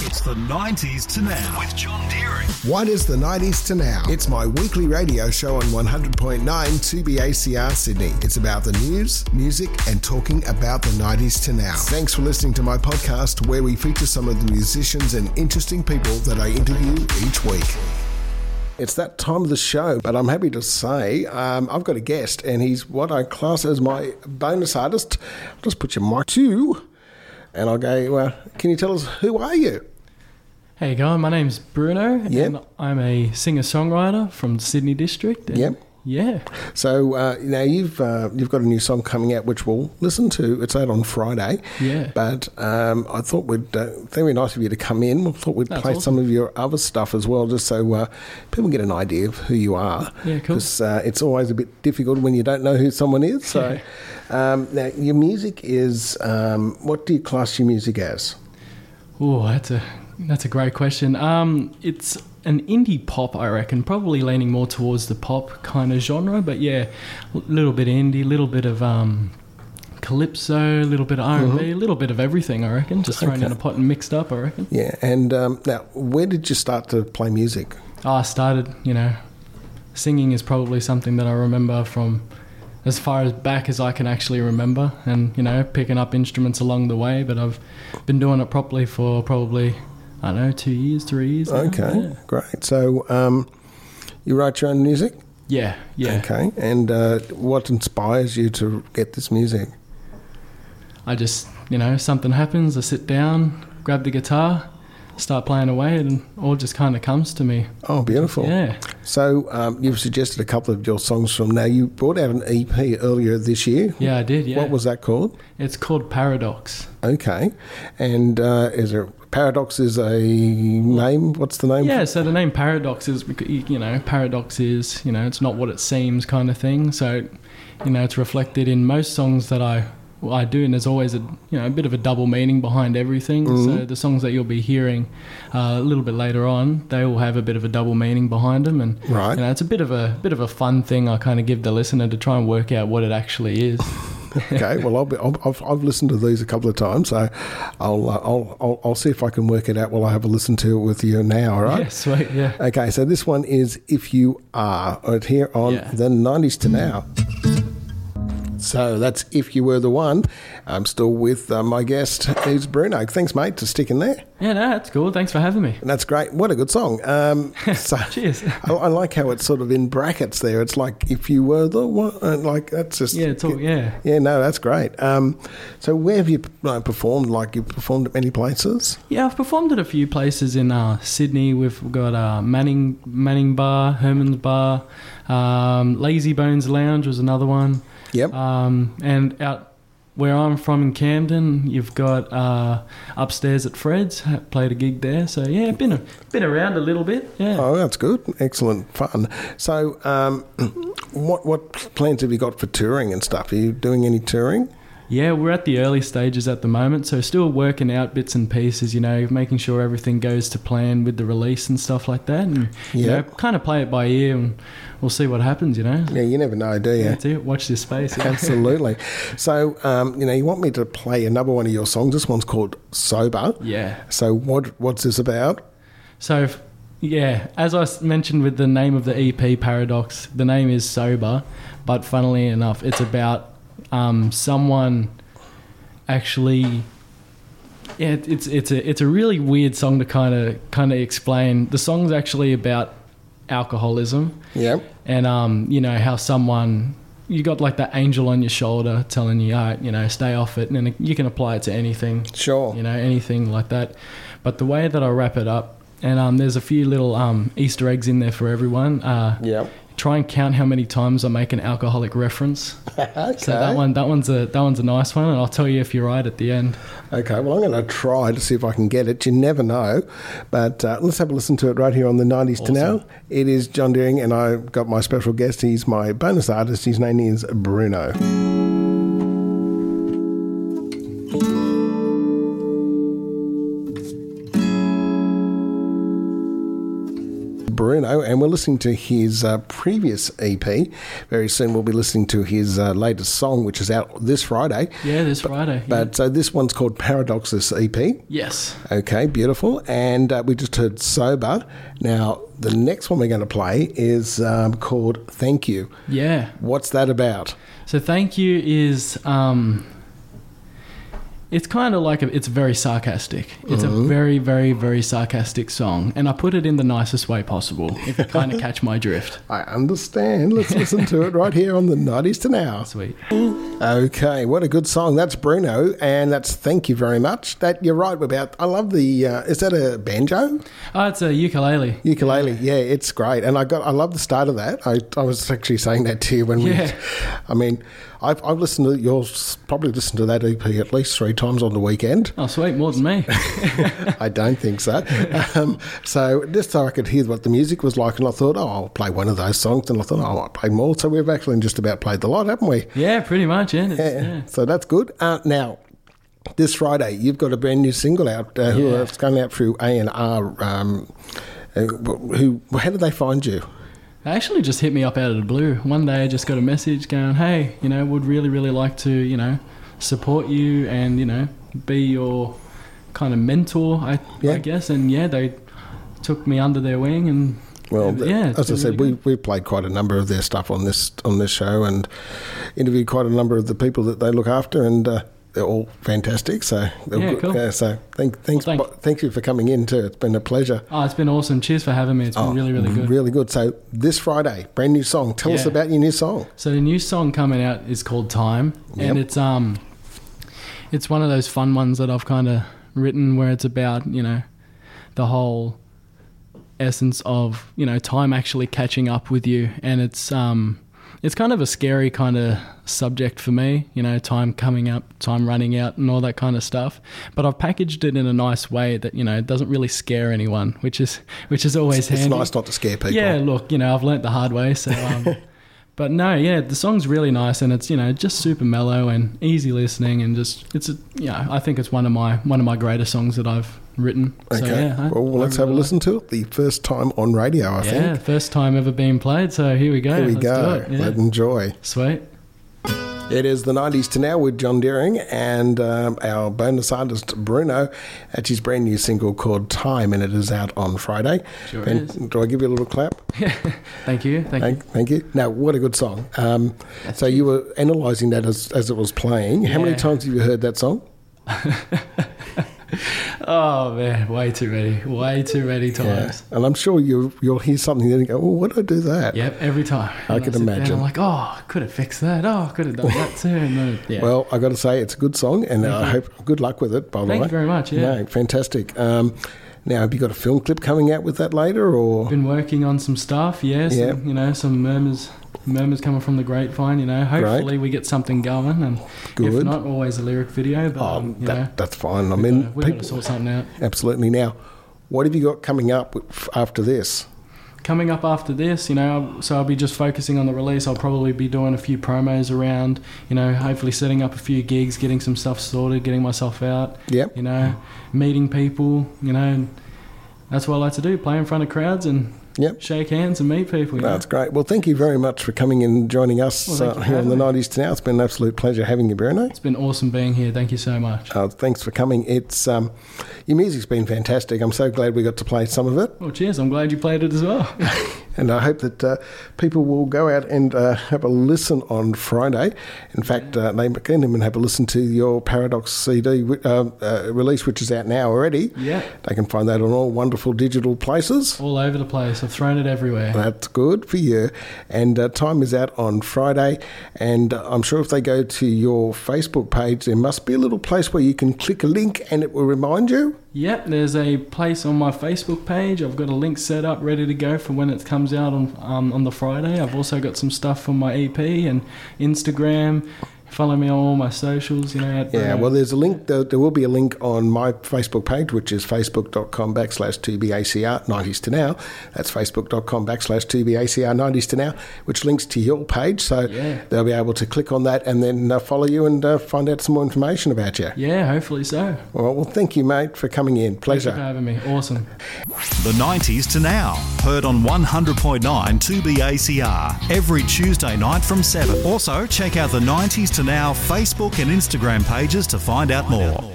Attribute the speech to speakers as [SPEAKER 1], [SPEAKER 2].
[SPEAKER 1] It's the 90s to now.
[SPEAKER 2] With John Deering.
[SPEAKER 3] What is the 90s to now? It's my weekly radio show on 100.9 2BACR Sydney. It's about the news, music, and talking about the 90s to now. Thanks for listening to my podcast where we feature some of the musicians and interesting people that I interview each week. It's that time of the show, but I'm happy to say um, I've got a guest, and he's what I class as my bonus artist. I'll just put your mic to, and I'll go, uh, Can you tell us who are you?
[SPEAKER 4] Hey guys, my name's Bruno, and
[SPEAKER 3] Yep.
[SPEAKER 4] I'm a singer-songwriter from Sydney District. and
[SPEAKER 3] Yep.
[SPEAKER 4] Yeah.
[SPEAKER 3] So uh, now you've uh, you've got a new song coming out, which we'll listen to. It's out on Friday.
[SPEAKER 4] Yeah.
[SPEAKER 3] But um, I thought we'd uh, think it'd be nice of you to come in. I thought we'd
[SPEAKER 4] That's
[SPEAKER 3] play
[SPEAKER 4] awesome.
[SPEAKER 3] some of your other stuff as well, just so uh, people get an idea of who you are.
[SPEAKER 4] Yeah, cool.
[SPEAKER 3] Because uh, it's always a bit difficult when you don't know who someone is. So um, now your music is um, what do you class your music as?
[SPEAKER 4] Oh, that's a that's a great question. Um, it's an indie pop, I reckon, probably leaning more towards the pop kind of genre. But yeah, a little bit indie, little bit of um, calypso, a little bit of R and B, a little bit of everything. I reckon, just thrown
[SPEAKER 3] Mm-hmm. Okay.
[SPEAKER 4] in a pot and mixed up. I reckon.
[SPEAKER 3] Yeah. And um, now, where did you start to play music?
[SPEAKER 4] Ah, I started, you know, singing is probably something that I remember from as far as back as I can actually remember, and you know, picking up instruments along the way. But I've been doing it properly for probably I don't know two years, three years. now.
[SPEAKER 3] Okay. Great. So um, you write your own music.
[SPEAKER 4] Yeah, yeah.
[SPEAKER 3] Okay, and uh, what inspires you to get this music?
[SPEAKER 4] I just, you know, something happens. I sit down, grab the guitar, start playing away, and all just kind of comes to me.
[SPEAKER 3] Oh, beautiful!
[SPEAKER 4] Yeah.
[SPEAKER 3] So um, you've suggested a couple of your songs from now. You brought out an EP earlier this year.
[SPEAKER 4] Yeah, I did. Yeah.
[SPEAKER 3] What was that called?
[SPEAKER 4] It's called Paradox.
[SPEAKER 3] Okay, and uh, is there Paradox is a name? What's the name?
[SPEAKER 4] Yeah, so the name paradox is bec- y- you know paradox is you know it's not what it seems kind of thing. So you know it's reflected in most songs that I well, I do, and there's always a you know a bit of a double meaning behind everything. So the songs that you'll be hearing uh, a little bit later on, they all have a bit of a double meaning behind them, and
[SPEAKER 3] Right.
[SPEAKER 4] you know it's a bit of a bit of a fun thing I kind of give the listener to try and work out what it actually is.
[SPEAKER 3] okay. Well, I'll be, I'll, I've, I've listened to these a couple of times, so I'll, uh, I'll I'll I'll see if I can work it out while I have a listen to it with you now. All right.
[SPEAKER 4] Yeah, sweet, yeah.
[SPEAKER 3] Okay, so this one is If You Are, right here on
[SPEAKER 4] Yeah.
[SPEAKER 3] the 90s to now. So that's If You Were the One. I'm still with uh, my guest, who's Bruno. Thanks, mate, to sticking there.
[SPEAKER 4] Yeah, no, that's cool. Thanks for having me.
[SPEAKER 3] And that's great. What a good song. Um, so
[SPEAKER 4] Cheers.
[SPEAKER 3] I, I like how it's sort of in brackets there. It's like, If You Were the One. uh, Like, that's just.
[SPEAKER 4] Yeah, it's all yeah.
[SPEAKER 3] Yeah, no, that's great. Um, so where have you like, performed? Like, you've performed at many places?
[SPEAKER 4] Yeah, I've performed at a few places in uh, Sydney. We've got uh, Manning Manning Bar, Herman's Bar, um, Lazy Bones Lounge was another one,
[SPEAKER 3] Yep.
[SPEAKER 4] um, and out where I'm from in Camden, you've got uh, upstairs at Fred's. ha- Played a gig there, so yeah, been a, been around a little bit. Yeah,
[SPEAKER 3] Oh, that's good. Excellent fun. So, um, what what plans have you got for touring and stuff? Are you doing any touring?
[SPEAKER 4] yeah, we're at the early stages at the moment, so still working out bits and pieces. You know, making sure everything goes to plan with the release and stuff like that, and
[SPEAKER 3] Yeah.
[SPEAKER 4] you know, kind of play it by ear, and we'll see what happens. You know,
[SPEAKER 3] Yeah, you never know, do you?
[SPEAKER 4] That's it. Watch this space. yeah.
[SPEAKER 3] Absolutely. So, um, you know, you want me to play another one of your songs. This one's called Sober.
[SPEAKER 4] Yeah.
[SPEAKER 3] So, what what's this about?
[SPEAKER 4] So, if- yeah, as I s- mentioned with the name of the EP Paradox, the name is sober, but funnily enough, it's about um, someone actually. Yeah, it- it's it's a it's a really weird song to kind of kind of explain. The song's actually about alcoholism.
[SPEAKER 3] Yeah.
[SPEAKER 4] and um, you know how someone you got like that angel on your shoulder telling you, all right, you know, stay off it, and then you can apply it to anything,
[SPEAKER 3] Sure.
[SPEAKER 4] you know, anything like that. But the way that I wrap it up, and um, there's a few little um, Easter eggs in there for everyone. Uh,
[SPEAKER 3] Yeah.
[SPEAKER 4] Try and count how many times I make an alcoholic reference.
[SPEAKER 3] okay.
[SPEAKER 4] So that one, that one's a that one's a nice one, and I'll tell you if you're right at the end.
[SPEAKER 3] Okay. Well, I'm going to try to see if I can get it. You never know. But uh, let's have a listen to it right here on the 90s to now.
[SPEAKER 4] Awesome.
[SPEAKER 3] It is John Deering, and I've got my special guest. He's my bonus artist. His name is Bruno. Bruno, and we're listening to his uh, previous EP. Very soon we'll be listening to his uh, latest song, which is out this Friday.
[SPEAKER 4] Yeah, this Friday. yeah.
[SPEAKER 3] But so this one's called Paradoxus EP.
[SPEAKER 4] yes.
[SPEAKER 3] Okay, beautiful. And uh, we just heard Sober. Now, the next one we're going to play is um, called Thank You.
[SPEAKER 4] Yeah.
[SPEAKER 3] What's that about?
[SPEAKER 4] So thank you is um it's kind of like a, it's very sarcastic. It's
[SPEAKER 3] Mm-hmm.
[SPEAKER 4] a very very very sarcastic song and I put it in the nicest way possible if you kind of catch my drift.
[SPEAKER 3] I understand. Let's listen to it right here on the 90s to now.
[SPEAKER 4] Sweet.
[SPEAKER 3] Okay, what a good song. That's Bruno, and that's Thank You Very Much. That You're right about. I love the. Uh, is that a banjo?
[SPEAKER 4] Oh, it's a ukulele.
[SPEAKER 3] Ukulele, yeah. it's great, and I got I love the start of that. I, I was actually saying that to you when we,
[SPEAKER 4] Yeah.
[SPEAKER 3] I mean, I've, I've listened to yours probably listened to that EP at least three times on the weekend.
[SPEAKER 4] Oh, sweet, more than me.
[SPEAKER 3] I don't think so. Um, so just so I could hear what the music was like, and I thought, oh, I'll play one of those songs, and I thought, oh, I will play more. So we've actually just about played the lot, haven't we?
[SPEAKER 4] yeah, pretty much, yeah. It's,
[SPEAKER 3] Yeah,
[SPEAKER 4] yeah.
[SPEAKER 3] So that's good. Uh, now, this Friday, you've got a brand new single out. Uh, who
[SPEAKER 4] Yeah.
[SPEAKER 3] it's going out through A and R. Um, uh, who? How did they find you?
[SPEAKER 4] They actually just hit me up out of the blue. One day I just got a message going, hey, you know, would really, really like to, you know, support you and, you know, be your kind of mentor, I,
[SPEAKER 3] Yeah.
[SPEAKER 4] I guess. And yeah, they took me under their wing and.
[SPEAKER 3] Well,
[SPEAKER 4] yeah,
[SPEAKER 3] as I said, we we played quite a number of their stuff on this on this show and interviewed quite a number of the people that they look after, and uh, they're all fantastic. So they're
[SPEAKER 4] Yeah,
[SPEAKER 3] good.
[SPEAKER 4] cool.
[SPEAKER 3] so thank thanks
[SPEAKER 4] Well,
[SPEAKER 3] bo- thank you for coming in too. It's been a pleasure.
[SPEAKER 4] Oh, it's been awesome. Cheers for having me. It's been
[SPEAKER 3] Oh,
[SPEAKER 4] really, really good.
[SPEAKER 3] Really good. So this Friday, brand new song. Tell us
[SPEAKER 4] Yeah.
[SPEAKER 3] about your new song.
[SPEAKER 4] So the new song coming out is called Time,
[SPEAKER 3] Yep.
[SPEAKER 4] and it's um, it's one of those fun ones that I've kind of written where it's about you know, the whole essence of you know time actually catching up with you, and it's um, it's kind of a scary kind of subject for me, you know, time coming up, time running out, and all that kind of stuff. But I've packaged it in a nice way that you know it doesn't really scare anyone, which is which is always
[SPEAKER 3] It's
[SPEAKER 4] handy.
[SPEAKER 3] nice not to scare people.
[SPEAKER 4] Yeah, look, you know, I've learnt the hard way. So, um, but no, yeah, the song's really nice, and it's you know just super mellow and easy listening, and just it's a, you know I think it's one of my one of my greatest songs that I've written.
[SPEAKER 3] Okay.
[SPEAKER 4] So, yeah, I-
[SPEAKER 3] well,
[SPEAKER 4] I
[SPEAKER 3] let's have a
[SPEAKER 4] really
[SPEAKER 3] listen to it. The first time on radio, I
[SPEAKER 4] like- Yeah,
[SPEAKER 3] think.
[SPEAKER 4] first time ever being played. So here we go.
[SPEAKER 3] Here we
[SPEAKER 4] Let's
[SPEAKER 3] go.
[SPEAKER 4] do it, yeah.
[SPEAKER 3] Let enjoy.
[SPEAKER 4] Sweet.
[SPEAKER 3] It is the 90s to now with John Deering and um, our bonus artist Bruno at his brand new single called Time, and it is out on Friday.
[SPEAKER 4] Sure
[SPEAKER 3] and
[SPEAKER 4] is.
[SPEAKER 3] do I give you a little clap?
[SPEAKER 4] Thank you. Thank you.
[SPEAKER 3] Thank, thank you. Now, what a good song. Um, so, you were analysing that as, as it was playing. How many
[SPEAKER 4] Yeah.
[SPEAKER 3] times have you heard that song?
[SPEAKER 4] Oh man, way too many, way too many times.
[SPEAKER 3] And I'm sure you, you'll hear something and you go, Oh, why did I do that?
[SPEAKER 4] Yep, every time.
[SPEAKER 3] I
[SPEAKER 4] And
[SPEAKER 3] can
[SPEAKER 4] sit down,
[SPEAKER 3] imagine.
[SPEAKER 4] I'm like, oh, could have fixed that. Oh, could have done that too. And then, yeah.
[SPEAKER 3] Well, I got to say, it's a good song, and I hope good luck with it. By the way,
[SPEAKER 4] Thank you very much, yeah.
[SPEAKER 3] no, fantastic. Um, now, have you got a film clip coming out with that later, or
[SPEAKER 4] Been working on some stuff, yeah. Some,
[SPEAKER 3] Yeah.
[SPEAKER 4] You know, some murmurs, murmurs coming from the grapevine. You know, hopefully we get something going, and
[SPEAKER 3] Good.
[SPEAKER 4] if not, always a lyric video. But
[SPEAKER 3] oh,
[SPEAKER 4] um, you
[SPEAKER 3] that,
[SPEAKER 4] know,
[SPEAKER 3] that's fine. I mean,
[SPEAKER 4] we got to
[SPEAKER 3] people,
[SPEAKER 4] sort something out.
[SPEAKER 3] absolutely. Now, what have you got coming up with- after this?
[SPEAKER 4] Coming up after this, you know, so I'll be just focusing on the release. I'll probably be doing a few promos around, you know, hopefully setting up a few gigs, getting some stuff sorted, getting myself out,
[SPEAKER 3] Yep.
[SPEAKER 4] you know, meeting people, you know. And that's what I like to do: play in front of crowds and
[SPEAKER 3] Yep.
[SPEAKER 4] shake hands and meet people. You know?
[SPEAKER 3] That's great. Well, thank you very much for coming and joining us
[SPEAKER 4] Well, thank
[SPEAKER 3] uh,
[SPEAKER 4] you for
[SPEAKER 3] here on the
[SPEAKER 4] having me.
[SPEAKER 3] 90s to now. It's been an absolute pleasure having you, Bruno.
[SPEAKER 4] It's been awesome being here. Thank you so much.
[SPEAKER 3] Uh, thanks for coming. It's um, your music's been fantastic. I'm so glad we got to play some of it.
[SPEAKER 4] Well, cheers. I'm glad you played it as well.
[SPEAKER 3] And I hope that uh, people will go out and uh, have a listen on Friday. In fact, uh, they can even have a listen to your Paradox CD wi- uh, uh, release, which is out now already.
[SPEAKER 4] Yeah.
[SPEAKER 3] They can find that on all wonderful digital places.
[SPEAKER 4] All over the place. I've thrown it everywhere.
[SPEAKER 3] That's good for you. And uh, time is out on Friday. And uh, I'm sure if they go to your Facebook page, there must be a little place where you can click a link and it will remind you.
[SPEAKER 4] Yep, there's a place on my Facebook page. I've got a link set up, ready to go for when it comes out on um, on the Friday. I've also got some stuff from my EP and E Instagram, Follow me on all my socials, you know. At,
[SPEAKER 3] Yeah,
[SPEAKER 4] uh,
[SPEAKER 3] well, there's a link. There, there will be a link on my Facebook page, which is facebook.com backslash 2BACR 90s to now. That's facebook.com backslash 2BACR 90s to now, which links to your page. So
[SPEAKER 4] Yeah.
[SPEAKER 3] they'll be able to click on that and then uh, follow you and uh, find out some more information about you.
[SPEAKER 4] yeah, hopefully so.
[SPEAKER 3] All right, well, thank you, mate, for coming in.
[SPEAKER 4] Thanks for
[SPEAKER 3] Pleasure.
[SPEAKER 4] having me. Awesome.
[SPEAKER 1] The 90s to now. Heard on 100.9 2BACR every Tuesday night from 7. Also, check out the 90s to now Facebook and Instagram pages to find out more.